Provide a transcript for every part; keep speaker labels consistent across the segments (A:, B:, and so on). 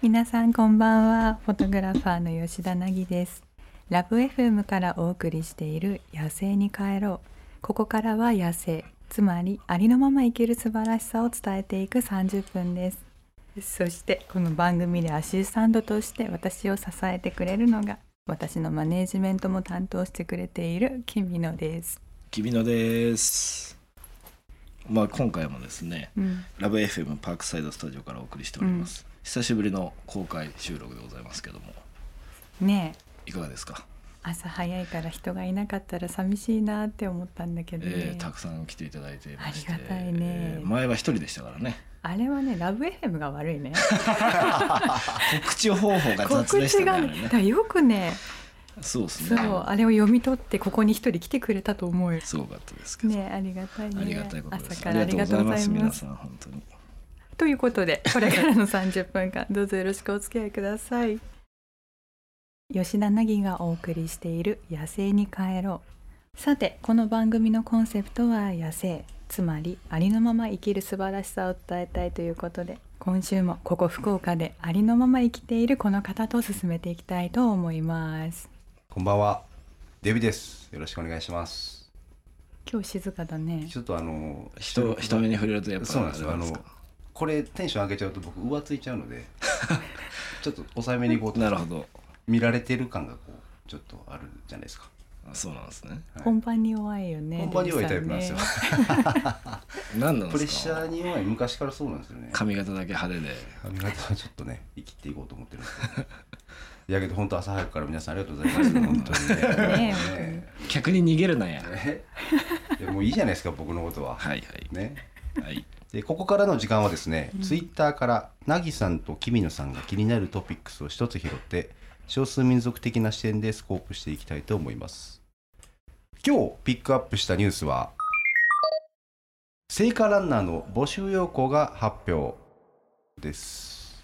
A: 皆さんこんばんはフォトグラファーの吉田凪ですラブ FM からお送りしている野生に帰ろうここからは野生つまりありのまま生きる素晴らしさを伝えていく30分ですそしてこの番組でアシスタントとして私を支えてくれるのが私のマネージメントも担当してくれているキミノです、
B: きびのです。まあ今回もですね、
A: うん、
B: ラブ FM パークサイドスタジオからお送りしております。久しぶりの公開収録でございますけども、
A: ねえ
B: いかがですか。
A: 朝早いから人がいなかったら寂しいなって思ったんだけどね、
B: えーたくさん来ていただいてまして、
A: ありがたいね
B: えー前は一人でしたからね。
A: あれはねラブ FM が悪いね
B: 告知方法が
A: 告
B: 雑でし
A: 知
B: た
A: がね
B: ね。あれ
A: だか
B: ね
A: らよくね
B: そうです
A: そう
B: ね。
A: あれを読み取ってここに一人来てくれたと思うよ
B: すごかったですけど。
A: ねありがたいね
B: ありがたいことです。
A: 朝からありがとうござい
B: 皆
A: ます
B: さん本当に。
A: ということでこれからの30分間どうぞよろしくお付き合いください吉田凪がお送りしている「野生に帰ろう」さてこの番組のコンセプトは「野生」つまりありのまま生きる素晴らしさを伝えたいということで今週もここ福岡でありのまま生きているこの方と進めていきたいと思います
C: こんばんは、デビです。よろしくお願いします。
A: 今日静かだね
C: ちょっとあの
B: 人人目に触れるとやっぱ
C: そうなんですよ。
B: あ
C: あ
B: れ
C: の
B: なんですか
C: これテンション上げちゃうと僕浮ついちゃう ので、ちょっと抑えめにこう
B: なるほど。
C: 見られてる感がこうちょっとあるじゃないですか。
B: あそうなんですね。
C: はい
A: 本番に弱いよね
C: 本番に弱いタイプなんですよ。
A: デ
B: 何なん
C: プレ
B: で
C: ッ
B: す
C: シャ
B: か
C: ー。に弱い昔からそうなんですよね。
B: 髪型だけ派手で。
C: 髪型はちょっとね生きていこうと思ってるんですけど、いやけど本当朝早くから皆さんありがとうござい ます。本当に
A: ね
C: ね。
A: え
C: ね
B: 逆に逃げるなや。
C: ねいやもういいじゃないですか僕のことは。
B: はいは
C: ね。
B: い。はい。
C: でここからの時間はですね、ツイッターからなぎさんときみのさんが気になるトピックスを一つ拾って少数民族的な視点でスコープしていきたいと思います今日ピックアップしたニュースは聖火ランナーの募集要項が発表です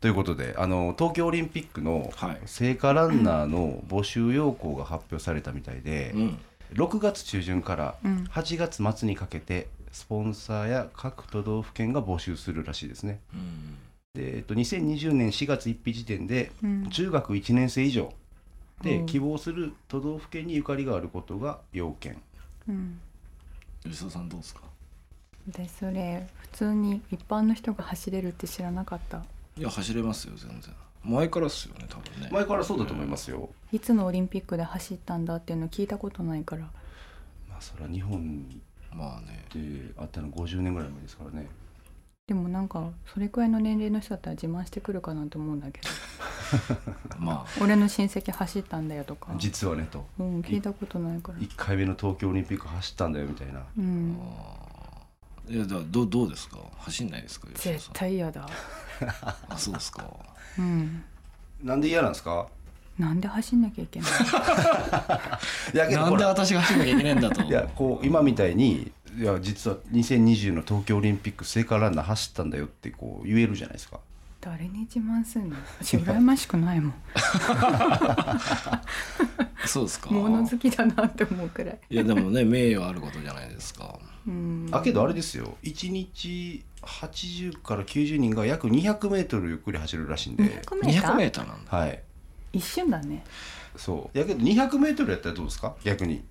C: ということであの東京オリンピックの
B: はい
C: 聖火ランナーの募集要項が発表されたみたいで、
B: うん。
C: 6月中旬から
A: うん
C: 8月末にかけてスポンサーや各都道府県が募集するらしいですね
B: うん
C: で、えっと、2020年4月1日時点で
A: うん
C: 中学1年生以上
A: う
C: で
A: ん
C: 希望する都道府県にゆかりがあることが要件
A: うん
B: 吉田さんどうですか
A: でそれ普通に一般の人が走れるって知らなかった
B: いや走れますよ全然前からっすよね多分ね
C: 前からそうだと思いますよ、
A: いつのオリンピックで走ったんだっていうの聞いたことないから
C: まあそれは日本
B: まあね
C: であったの50年ぐらい前ですからね
A: でもなんかそれくらいの年齢の人だったら自慢してくるかなと思うんだけ ど
B: ま
A: 俺の親戚走ったんだよとか、
C: 実はねと
A: うん、聞いたことないから
C: 1回目の東京オリンピック走ったんだよみたいな
A: う
B: あ
A: ん
B: あーいやだどうどうですか走んないですか吉田
A: 絶
B: さん
A: 対嫌だ
B: あそうですか
A: うん
C: なんで嫌なんですか
A: なんで走んなきゃいけない
C: いやけど
B: な
C: ほ
B: ん
C: ら
B: で私が走んなきゃいけないんだと
C: いやこう今みたいにいや実は2020の東京オリンピック聖火ランナー走ったんだよってこう言えるじゃないですか
A: 誰に自慢すんの私羨ましくないもん
B: そうですか
A: 物好きだなって思うくらい、
B: いやでもね名誉あることじゃないですか
A: うん、
C: あけどあれですよ1日80から90人が約 200m ゆっくり走るらしいんで
A: 200m?
B: 200m なんだ
C: はい
A: 一瞬だね
C: そうやけど 200m やったらどうですか逆に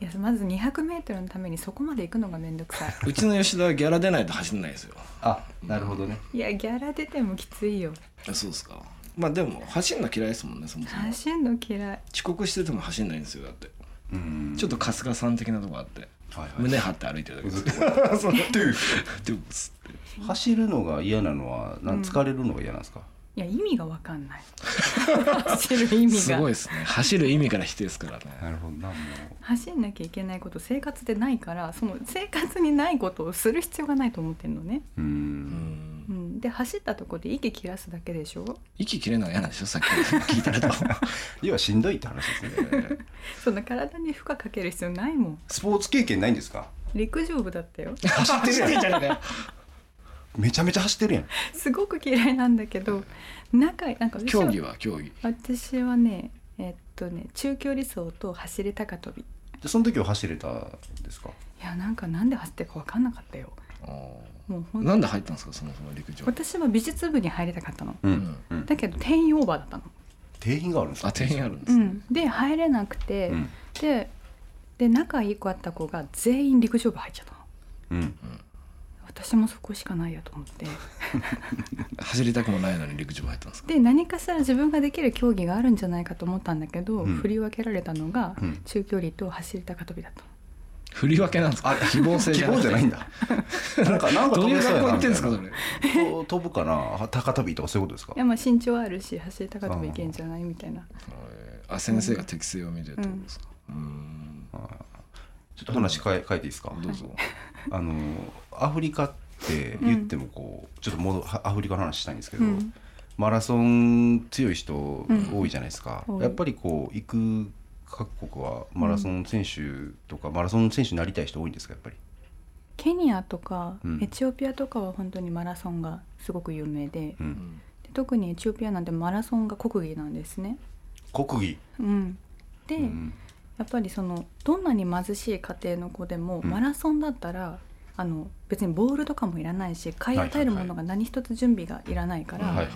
A: いやまず 200m のためにそこまで行くのがめんどくさいう
B: ちの吉田はギャラ出ないと走んないですよ
C: あなるほどね
A: いやギャラ出てもきついよ
B: あそうですかまあでも走んの嫌いですもんねそもそも
A: 走んの嫌い
B: 遅刻してても走んないんですよだって
C: うん
B: ちょっと春日さん的なとこあって
C: はいはい
B: 胸張って歩いてるだけ です
C: ずっ
B: よ
C: とこうやって
B: でもつって
C: 走るのが嫌なのはなん疲れるのが嫌なんですか、
A: いや意味がわかんない走る意味
B: すごい
A: が
B: ですね走る意味から否定ですからね
C: なるほどなも
A: 走んなきゃいけないこと生活でないからその生活にないことをする必要がないと思ってんのね、
C: うう
B: うんん
A: うん、で走ったとこで息切らすだけでしょ
B: 息切れるのが嫌なんでしょさっき聞いたらと
C: 要はしんどいって話ですね
A: そんな体に負荷かける必要ないもん
C: スポーツ経験ないんですか
A: 陸上部だったよ
B: 走ってるじゃねえかよ
C: めちゃめちゃ走ってるやん
A: すごく嫌いなんだけど仲いなんか私は
B: 競技は競技
A: 私はねえっとね中距離走と走り高跳び
C: でその時は走れたんですか
A: いやなんかなんで走ってるか分かんなかったよ
B: おー
A: もうほん
B: なんで入ったんですかそもそも陸上、
A: 私は美術部に入りたかったの
C: う
B: うんん、
C: うん
A: だけど定員オーバーだったの、
C: 定員があるんですか
B: あ店員あるん
A: う
B: です、ね
A: ん、で入れなくて、
C: うん
A: でで仲いい子あった子が全員陸上部入っちゃったの
C: うん
A: 私もそこしかないやと思って
B: 走りたくもないのに陸上部入ったんですか
A: で何かしら自分ができる競技があるんじゃないかと思ったんだけど、
C: うん
A: 振り分けられたのが
C: うん
A: 中距離と走り高跳びだったの、
B: 振り分けなんですか希望性
C: 希望じゃない んだなんかなんか
B: どういう学校行ってん
C: ん
B: ですかそれ
C: 飛ぶかな高跳びとかそういうことですか
A: いやまあ身長あるし走り高跳びいけんじゃないみたいな
B: えーあ先生が適性を見るってことですかうーん
C: ちょっと話変え変えていいですか
B: どうぞ
C: あのアフリカって言ってもこう、ちょっともアフリカの話したいんですけど、
A: うん
C: マラソン強い人多いじゃないですか、
A: うん
C: やっぱりこう行く各国はマラソン選手とか、マラソン選手になりたい人多いんですかやっぱり
A: ケニアとか
C: うん
A: エチオピアとかは本当にマラソンがすごく有名で,、
C: う
A: で
B: うんん
A: 特にエチオピアなんてマラソンが国技なんですね。
C: 国技、
A: うん、で、
C: うん
A: やっぱりそのどんなに貧しい家庭の子でも、
C: うん
A: マラソンだったらあの別にボールとかもいらないし買い与えるものが何一つ準備がいらないから、
C: はいはい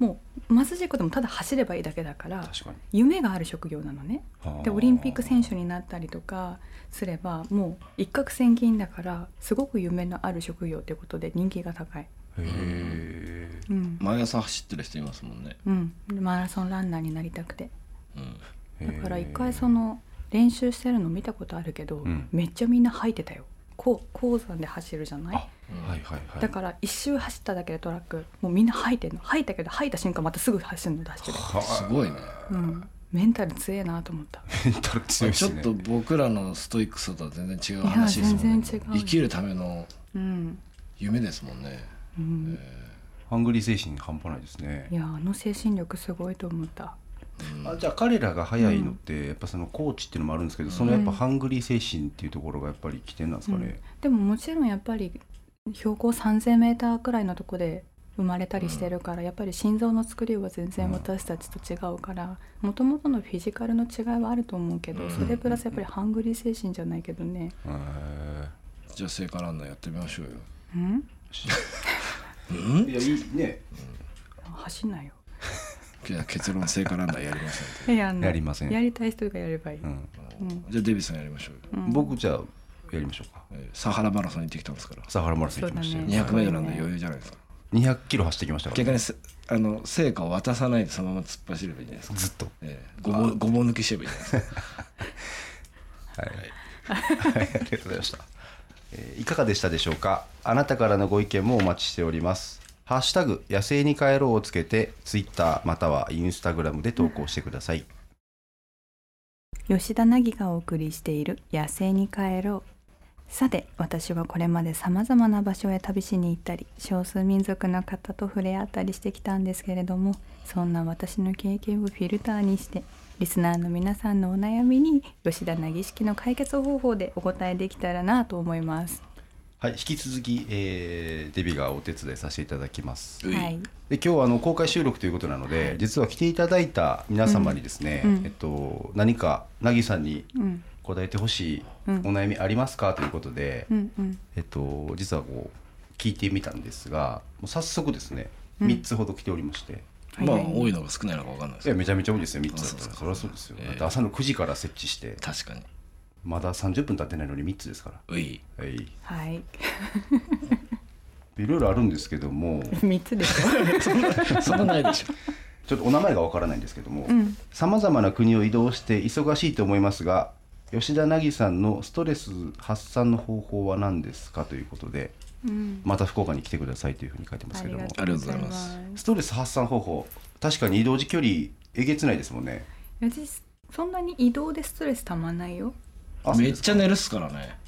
A: もう貧しい子でもただ走ればいいだけだから
C: 確かに
A: 夢がある職業なのね。
C: あー
A: でオリンピック選手になったりとかすればもう一攫千金だからすごく夢のある職業ということで人気が高い、
C: へえ
A: うん
B: 毎朝走ってる人いますもんね、
A: うん、マラソンランナーになりたくて
B: うん、
A: だから一回その練習してるの見たことあるけど、
C: うん
A: めっちゃみんな吐いてたよこう鉱山で走るじゃない、
C: あはいはいはい
A: だから一周走っただけでトラックもうみんな吐いてんの吐いたけど吐いた瞬間またすぐ走るの出してる、
C: は
B: すごいね
A: うん、メンタル強えなと思った
C: メンタル強いで
B: ちょっ
C: すね
B: と僕らのストイックさとは全然違う話ですも
A: い
B: ん
A: や
B: ね
A: 全然違うよ
B: 生きるための
A: うん、
B: 夢ですもんね
A: うん、
C: ハングリー精神半端ないですね
A: いやあの精神力すごいと思った
B: うん
C: あじゃあ彼らが早いのって、やっぱそのコーチっていうのもあるんですけど、そのやっぱハングリー精神っていうところがやっぱり起点なんですかね。
A: でももちろんやっぱり標高3,000メーターくらいのとこで生まれたりしてるから、やっぱり心臓の作りは全然私たちと違うからもともとのフィジカルの違いはあると思うけど、
B: うん
A: それプラスやっぱりハングリー精神じゃないけどね、
C: へえ
B: じゃあ聖火ランナーやってみましょうよ
A: うん、
B: うん
C: いやいいね
A: 走んなよ
B: じゃあ結論聖火ランナーやりましょ
A: やんな
C: やりません
A: やりたい人がやればいい、
C: うん、
A: う
B: うん じゃあデビさんやりましょうよ
A: うん
C: 僕じゃあやりましょうか。
B: えーサハラマラソンに行ってきたんですから
C: 朝原マラソン行きましたよ、
A: そうだね
B: 200m なんで余裕じゃないですか
C: 200キロ走ってきましたから、
B: 逆にせあの成果を渡さないでそのまま突っ走ればいいじゃないですか
C: ずっと。
B: ええごぼうごぼう抜きしてればいいじゃないですか
C: はい、はい、ありがとうございました、えーいかがでしたでしょうかあなたからのご意見もお待ちしておりますハッシュタグ野生に帰ろうをつけてツイッターまたはインスタグラムで投稿してください
A: 吉田凪がお送りしている「野生に帰ろう」さて私はこれまでさまざまな場所へ旅しに行ったり少数民族の方と触れ合ったりしてきたんですけれどもそんな私の経験をフィルターにしてリスナーの皆さんのお悩みに吉田凪式の解決方法でお答えできたらなと思います。
C: はい引き続き、えーデビがお手伝いさせていただきます
B: うい
A: はい、
C: で今日はあの公開収録ということなので、実は来ていただいた皆様にですね、
A: うんうん
C: えっと、何かなぎさんに
A: うん
C: 答えてほしいお
A: うん
C: 悩みありますかということで、
A: うんうん
C: えっと、実はこう聞いてみたんですがもう早速ですね
A: うん
C: 3つほど来ておりまして、
A: はい
B: まあ多いのか少ないのか分かんないです
C: い
B: け
C: や
B: ど
C: めちゃめちゃ多いですよ3つだっ
B: そ
C: た
B: う
C: ら
B: ですか
C: そりゃそうですよ、
B: ええ
C: だって朝の9時から設置して
B: 確かに
C: まだ30分経ってないのに3つですか
B: うい
C: ら、はい、
A: はい、
C: いろいろあるんですけども
A: 3つです よ。
B: そんなないでしょ
C: ちょっとお名前がわからないんですけども、
A: うん
C: さまざまな国を移動して忙しいと思いますが吉田凪さんのストレス発散の方法は何ですかということで
A: うん
C: また福岡に来てくださいというふうに書いてますけども
B: ありがとうございます
C: ストレス発散方法確かに移動時距離えげつないですもんね
A: いや実そんなに移動でストレスたまんないよ。
C: あ
B: めっちゃ寝るっすから ね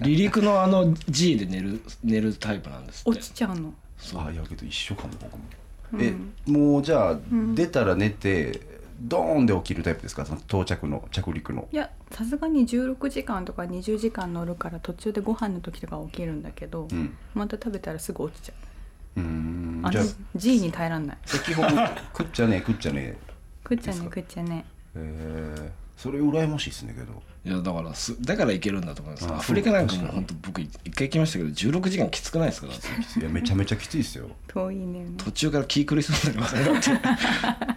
B: 離陸のあの G で寝る寝るタイプなんですって
A: 落ちちゃうの。
B: そう
C: あいやけど一緒かも僕も、
A: うん
C: えもうじゃあ、出たら寝てドーンで起きるタイプですかその到着の着陸の
A: いやさすがに16時間とか20時間乗るから途中でご飯の時とか起きるんだけど、
C: うん
A: また食べたらすぐ落ちちゃ
C: うーん
A: うあ
C: じゃ
A: の
C: あ
A: G に耐えらんない
C: 先ほど食っちゃねえ食っちゃねえ
A: 食っちゃね食っちゃね
C: えーそれ羨ましいですねけど
B: いやだからすだから行けるんだと思います
C: あ
B: アフリカなんか
C: そう
B: も
C: か
B: 本当僕一回行きましたけど16時間きつくないですかだって
C: いやめちゃめちゃきついですよ
A: 遠いね
B: 途中から気狂いそうになります ね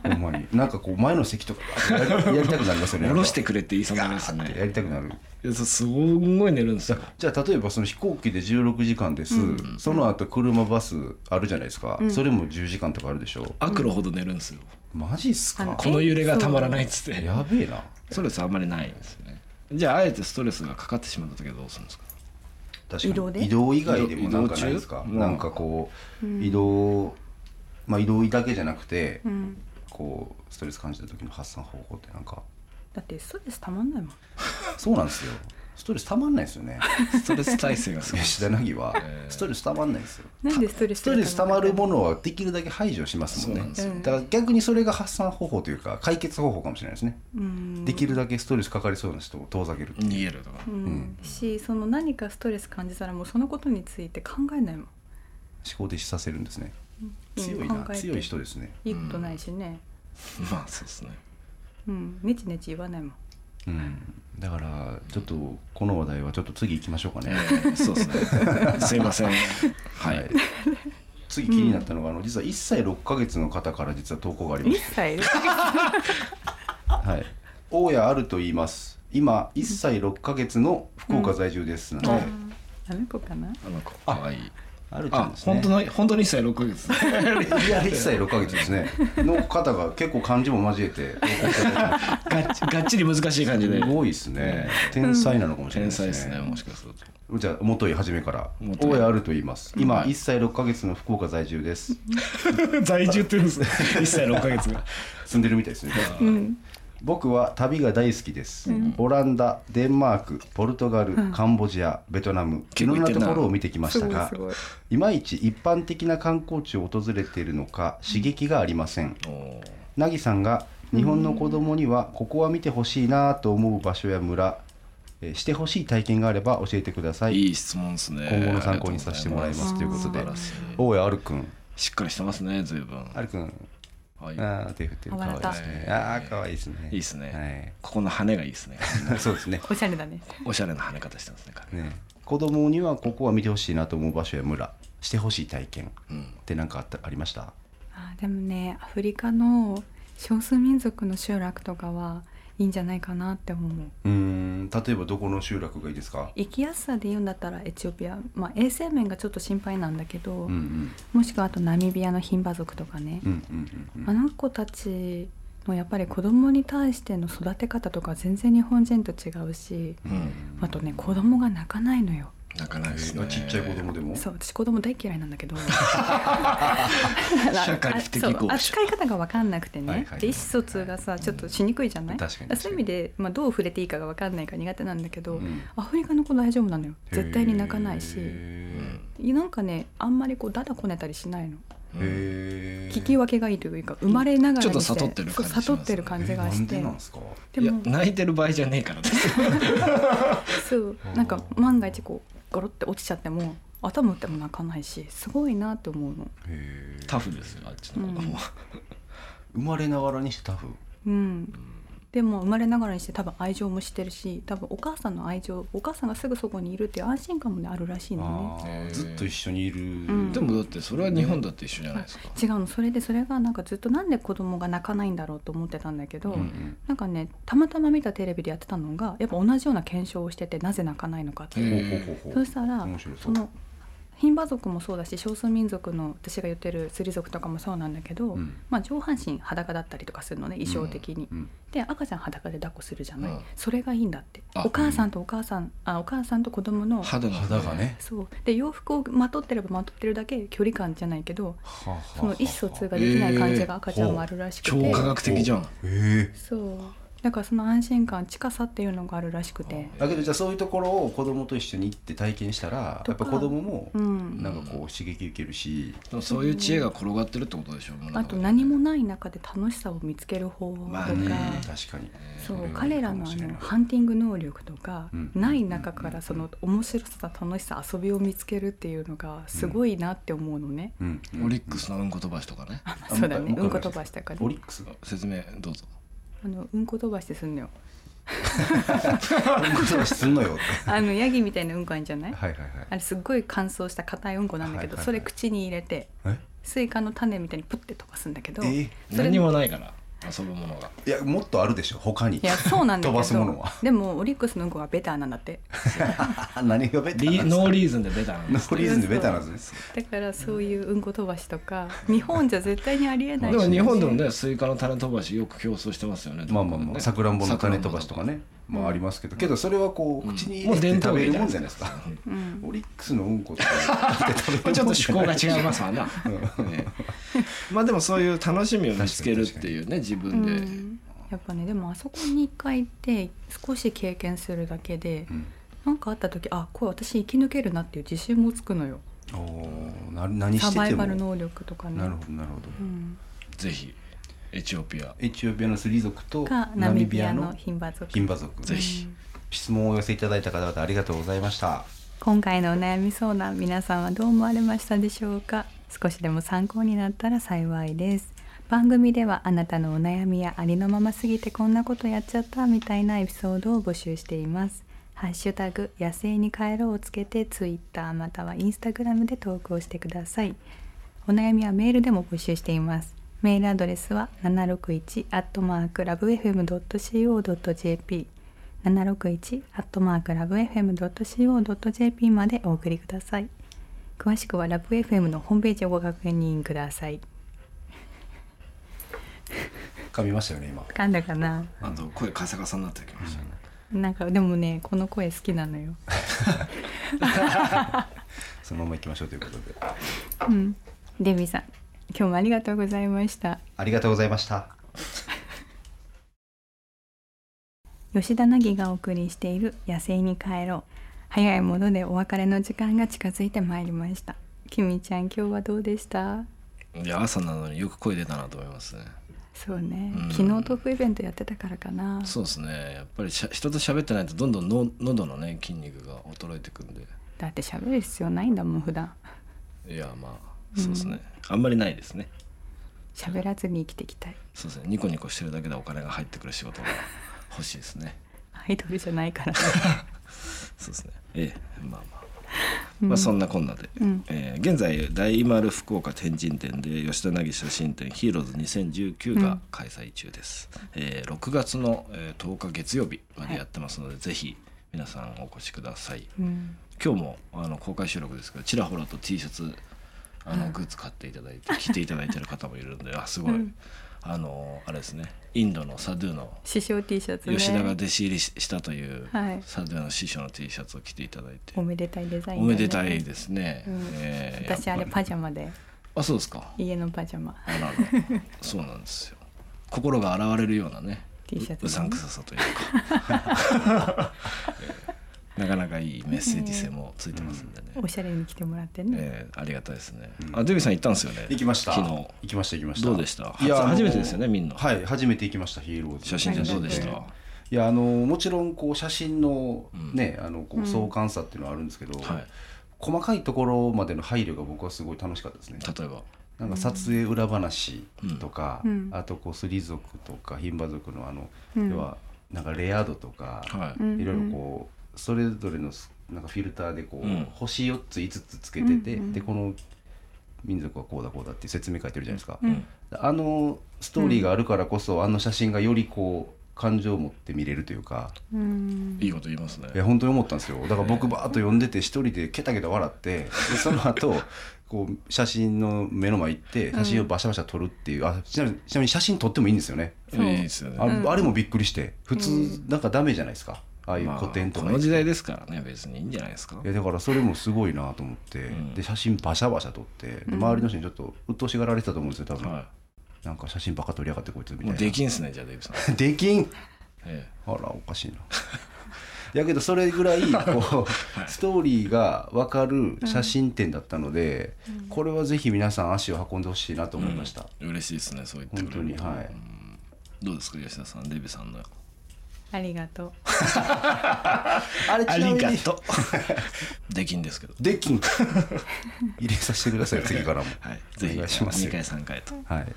C: ほんまになんかこう前の席とかやりやりたくなりますよね
B: 下ろして
C: く
B: くれって言いそうになりますよ
C: や
B: ね
C: りたくなる
B: いやそうすごい寝るんです
C: じゃ
B: よ
C: じゃあ例えばその飛行機で16時間です、その後車バスあるじゃないですか、それも10時間とかあるでしょ
B: 悪路ほど寝るんですよ
C: マジっす
A: あの
C: か
B: この揺れがたまらないっつって
C: やべえな
B: ストレスあんまりないんですよねじゃああえてストレスがかかってしまった時はどうするんですか
C: 確かに
A: 移動で
C: 移動以外でもなんか
B: 移動
C: ないですか
B: 移動中
C: なんかこう、移動まあ移動だけじゃなくて、
A: うん
C: こうストレス感じた時の発散方法ってなんか
A: だってストレスたまんないもん
C: そうなんですよストレスたまんないですよね
B: ストレス耐性がすごい
C: 吉田 凪は
B: えー
C: ストレスたまんないですよ
A: なんでストレス
C: ストレスたまるも
A: の
C: のはできるだけ排除しますもん
B: そうなん
C: ね
B: です
A: よ
C: だから逆にそれが発散方法というか解決方法かもしれないですね、できるだけストレスかかりそうな人を遠ざけるっていう
B: 逃げるとか
A: うん、しその何かストレス感じたらもうそのことについて考えないもん
C: 思考停止させるんですね
A: うん
C: 強いな
A: 考えて
C: 強い人ですね
A: いいことないしね
B: まあそうですね
A: うんネチネチ言わないもん
C: うんだからちょっとこの話題はちょっと次行きましょうかね、
B: えーそうですねすいませんはい
C: 次気になったのが、あの実は1歳6ヶ月の方から実は投稿がありま
A: 一
C: し
A: 切
C: たはい大家あると言います今1歳6ヶ月の福岡在住です、なので、
A: あの子かな
B: あの子かわいい
C: あるちゃん
B: あ
C: ですね
B: 本当の本当に1歳6ヶ 月
C: いや1歳6ヶ月ですねの方が結構漢字も交えて投稿してくれてま
B: がっちがっちり難しい感じ です
C: ごいですね天才なのかもしれない
B: 天
C: です
B: 才
C: ね
B: ですねもしかすると
C: じゃあ元井初めから
B: 元井
C: 大家あると言います今
B: はい
C: 1歳6ヶ月の福岡在住です
B: 在住って言うん ですね1歳6ヶ月 が
C: 住んでるみたいですね
A: うん
C: 僕は旅が大好きです、オランダデンマークポルトガル、カンボジアベトナムい
B: 結
C: ろ
B: 構
C: ん
B: 行っ
C: な
B: てんな
C: ところを見てきま
A: す
C: した
A: ごい
C: が
A: すごい
C: いまいち一般的な観光地を訪れているのか刺激がありません
B: おー
C: ナギさんが日本の子供にはここは見てほしいなと思う場所や村、えーしてほしい体験があれば教えてください
B: いい質問ですね
C: 今後の参考にさせてもらいます
A: ということで
B: ありがございます素晴らし
C: 大家あるくん
B: いしっかりしてますね随分
C: あるくん
B: はい
C: ああ手振ってる
A: あ
C: かわ
A: 笑
C: いい
A: った
C: ですねああかわいいですね
B: いいですね、ここの羽がいいですね
C: はい、 そうですね
A: おしゃれだね
B: おしゃれな羽方してますね彼
C: ね子供にはここは見てほしいなと思う場所や村してほしい体験
B: うん
C: って何かあったありました
A: あーでもねアフリカの少数民族の集落とかはいいんじゃないかなって思う
C: うーん例えばどこの集落がいいですか
A: 行きやすさで言うんだったらエチオピア、まあ、衛生面がちょっと心配なんだけど、
C: うんうん
A: もしくはあとナミビアの牝馬族とかね
C: う、んうんうんう
A: あ
C: ん
A: の子たちのやっぱり子供に対しての育て方とか全然日本人と違うし
B: うん
A: あとね子供が泣かないのよ。
B: 泣かないです
C: え
B: ね
C: ーちっちゃい子供でも
A: そう私子供大嫌いなんだけ ど
B: 社会不適合者
A: そう扱い方が分かんなくてね、
C: はいはいはい
A: で意思疎通がさちょっとしにくいじゃない、
C: うん確かに
A: だらそういう意味で、まあ、どう触れていいかが分かんないから苦手なんだけど、
C: うん
A: アフリカの子大丈夫なのよ絶対に泣かないし
C: へ
A: なんかねあんまりこうだだこねたりしないの
C: ーへー
A: 聞き分けがいいというか生まれながらに
B: ちょっと悟ってる感じ
A: そう悟ってる感じがし
C: え
A: て
C: なんでなんですか
A: で
B: いや
A: も
B: 泣いてる場合じゃねえからです
A: そうなんか万が一こうゴロって落ちちゃっても頭打っても泣かないしすごいなって思うの
C: へー
B: タフですよあっちの子
A: うん
B: も
C: 生まれながらにしてタフ
A: うんでも生まれながらにして多分愛情もしてるし多分お母さんの愛情お母さんがすぐそこにいるっていう安心感もねあるらしいの
C: あ
A: ね
C: ー
B: へー
C: ずっと一緒にいる、
A: ん
B: でもだってそれは日本だって一緒じゃないですか
A: 違うのそれでそれがなんかずっとなんで子供が泣かないんだろうと思ってたんだけど、
C: うんうん
A: なんかねたまたま見たテレビでやってたのがやっぱ同じような検証をしててなぜ泣かないのかっていう、
B: へえ
C: ほうほうほうほ
A: そうしたら
C: 面白そ
A: そうの牝馬族もそうだし少数民族の私が言ってるスリ族とかもそうなんだけど、
C: うん
A: まあ、上半身裸だったりとかするのね衣装的に。
C: うん
A: で赤ちゃん裸で抱っこするじゃない、
B: うん
A: それがいいんだって
B: あ
A: お母さんとお母さんあお母さんと子供の
B: 肌の
C: 肌がね
A: そうで洋服をまとってればまとってるだけ距離感じゃないけど
C: はあはあはあ
A: その意思疎通ができない感じが赤ちゃんもあるらしくて、
B: 超科学的じゃん
C: へえ
A: そうだからその安心感近さっていうのがあるらしくて、
C: だけどじゃあそういうところを子供と一緒に行って体験したらや
A: と
C: っ
A: か
C: ぱ子供も
A: うん、
C: なんかこう刺激受けるし、
B: でもそういう知恵が転がってるってことでしょう
A: あと何もない中で楽しさを見つける方法とか、
B: まあね
C: 確かに
A: そう
C: それはいい
A: 彼
C: からも
A: の
C: し
A: あ
C: れない
A: のハンティング能力とか、
C: うん
A: ない中からその面白さ楽しさ遊びを見つけるっていうのがすごいなって思うのね、
C: うん
B: オリックスのうんこ飛ばしとかね
A: そうだねう
C: もうん一回
A: こ飛ばしたから、
C: オ
A: ね
C: リ、ックスが
B: 説明どうぞ
A: あのうんこ飛ばしてすんのよ
C: うんこすん のよって。
A: あのヤギみたいなうんこあるんじゃない
C: はいはいはい。
A: あれすっごい乾燥した硬いうんこなんだけど、
C: はいはいはい
A: それ口に入れて
C: え
A: スイカの種みたいにプッて飛ばすんだけど、
C: え
A: それ
B: 何もないから遊ぶ ものが
C: いやもっとあるでしょ他に
A: いやそうなんだけど
C: 飛ばすものは
A: でもオリックスのうんこはベターなんだって
C: 何がベタ
B: リ
C: なんですか
B: ノーリーズンでベタなんで
C: ノ
B: す
C: ーリーズンでベタ なんですね
A: だからそういううんこ飛ばしとか日本じゃ絶対にありえない
B: でも日本でも
A: ね
B: ねスイカの種飛ばしよく競争してますよね
C: まあまあまあさくらんぼの種飛ばしとか
B: ね
C: ねまあありますけどけどそれはこう口に
B: も
C: 入
B: う
C: れて
B: 伝
C: 食
B: 統
C: べ
B: 芸
C: る
B: じゃなんいで
C: もじゃないですす
B: か
C: か
A: うん
C: オリックスのうんことかって食べるも ん
B: ち
C: じ
B: ょ
C: ゃ
B: っ
C: な
B: と
C: い
B: 趣向が違いますわな、ええまあでもそういう楽しみを見つけるっていうね自
A: う
B: 分で、
A: ん、やっぱねでもあそこに一回行って少し経験するだけで
C: うん
A: 何かあった時あこれ私生き抜けるなっていう自信もつくのよ
C: おーな何
A: サ
C: して
A: バイ
C: ても
A: バル能力とかね
C: なるほどなるほど
A: うん、
B: ぜひエチオピア
C: エチオピアのスリ族と
A: かナ
C: ナ
A: ミ
C: ミ
A: ビ
C: ビ
A: ア
C: ア
A: の
C: の
A: 牝馬族
C: 牝馬族
B: ぜひ
A: うん
C: 質問をお寄せいただいた方々ありがとうございました
A: 今回のお悩み相談皆さんはどう思われましたでしょうか少しでも参考になったら幸いです番組ではあなたのお悩みやありのまますぎてこんなことやっちゃったみたいなエピソードを募集していますハッシュタグ野生に帰ろうをつけてツイッターまたはインスタグラムで投稿してくださいお悩みはメールでも募集していますメールアドレスは761アットマークラブ FM.co.jp 761アットマークラブ FM.co.jp までお送りください詳しくはラブ FM のホームページをご確認ください
C: 噛みましたよね今
A: 噛んだかな
B: あと声カサカサになってきましたね、
A: なんかでもねこの声好きなのよ
C: そのまま行きましょうということで
A: うんデビさん今日もありがとうございました
C: ありがとうございました
A: 吉田凪がお送りしている「野生に帰ろう」早いものでお別れの時間が近づいてまいりましたきみちゃん今日はどうでした
B: いや朝なのによく声出たなと思いますね
A: そうね、
B: うん
A: 昨日トークイベントやってたからかな
B: そうですねやっぱりしゃ人と喋ってないとどんどんの喉のね筋肉が衰えてくんで
A: だって喋る必要ないんだもん普段
B: いやまあそうですね、あんまりないですね
A: 喋らずに生きていきたい
B: そうですねニコニコしてるだけでお金が入ってくる仕事が欲しいですね
A: アイドルじゃないからね
B: そうですねええまあまあまあそんなこんなで、
A: うん
B: えー現在大丸福岡天神店で吉田凪写真展ヒーローズ2019が開催中です、えー6月のえー10日月曜日までやってますので、ぜひ皆さんお越しください
A: うん
B: 今日もあの公開収録ですけどちらほらと T シャツあのグッズ買っていただいて着ていただいてる方もいるんであすごい、
A: うん
B: あのあれですねインドのサドゥの
A: 師匠 T シャツね
B: 吉田が弟子入りししたという、
A: はい
B: サドゥの師匠の T シャツを着ていただいて
A: おめでたいデザイン
B: お
A: だね、
B: めでたいですね。
A: うん
B: えー
A: 私あれ
B: やっぱ
A: パ
B: り
A: ジャマで
B: あそうですか。
A: 家のパジャマ
B: あららそうなんですよ。心が洗われるようなね。
A: T シャツね
B: ううさんくささというか。 えーなかなかいいメッセージ性もついてますんでね。
A: おしゃれに着てもらってね、
B: えーありがたいですね。
C: うん
B: あデビさん行ったんですよね。
C: 行きました
B: 昨
C: 行
B: 日
C: きました行きました
B: どうでした。
C: いや
B: 初初
C: あの
B: めてですよねみんな。
C: はい初めて行きましたヒーローズ
B: 写真展どうでし
A: は
B: た。
C: いやあのもちろんこう写真の
B: うん
C: ね、あのこ
A: う
C: うん相関差っていうのはあるんですけど、
B: はい。
C: 細かいところまでの配慮が僕はすごい楽しかったですね。
B: 例えば。
C: なんか撮影裏話とか、
A: うん
C: あとこうスリ族とか牝馬族のあの、
A: うん
C: 要はなんかレア度とか、
B: はい。
A: うんうん
C: いろいろこうそれぞれのすなんかフィルターでこう、
B: うん
C: 星4つ5つつけてて、
A: うんうん
C: でこの民族はこうだこうだっていう説明書いてるじゃないですか。
A: うん
C: あのストーリーがあるからこそ、あの写真がよりこう感情を持って見れるというか。
A: うん
B: いいこと言いますね
C: い。や本当に思ったんですよだから僕バーッと呼んでて一人でケタケタ笑ってでその後こう写真の目の前行って写真をバシャバシャ撮るっていう、あちなみにちなみに写真撮ってもいいんですよね
A: そう
B: いいですよね。
C: あ,、
A: うん
C: あれもびっくりして普通
A: うん
C: なんかダメじゃないですかああいう
B: まあ
C: 古典とか、
B: この時代ですからね別にいいんじゃないですか
C: い。やだからそれもすごいなと思って、
B: うん
C: で写真バシャバシャ撮ってで
A: うん
C: 周りの人にちょっと鬱陶しがられてたと思うんですよ多分、
B: は
C: なんか写真ばっか撮りやがってこいつみた
B: い。
C: いな
B: もうできんすねじゃあデビさん。
C: できん
B: え
C: あらおかしいなやけどそれぐらいこうストーリーが分かる写真展だったので、これはぜひ皆さん足を運んでほしいなと
B: え
C: 思いました、
B: うん嬉しいですねそう言ってくれると
C: 本当にはい
B: うんどうですか吉田さんデビさんの
A: ありがとう
C: あれちなみに
B: とう できんですけど
C: できん入れさせてくださいよ次からも
B: はいぜ
C: お
B: ひ
C: 願いします
B: 2
C: よ
B: 回3回と
C: はい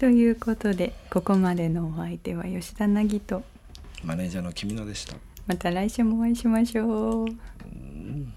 A: ということでここまでのお相手は吉田凪と
B: マネージャーの君野でした。
A: また来週もお会いしましょう。
B: うん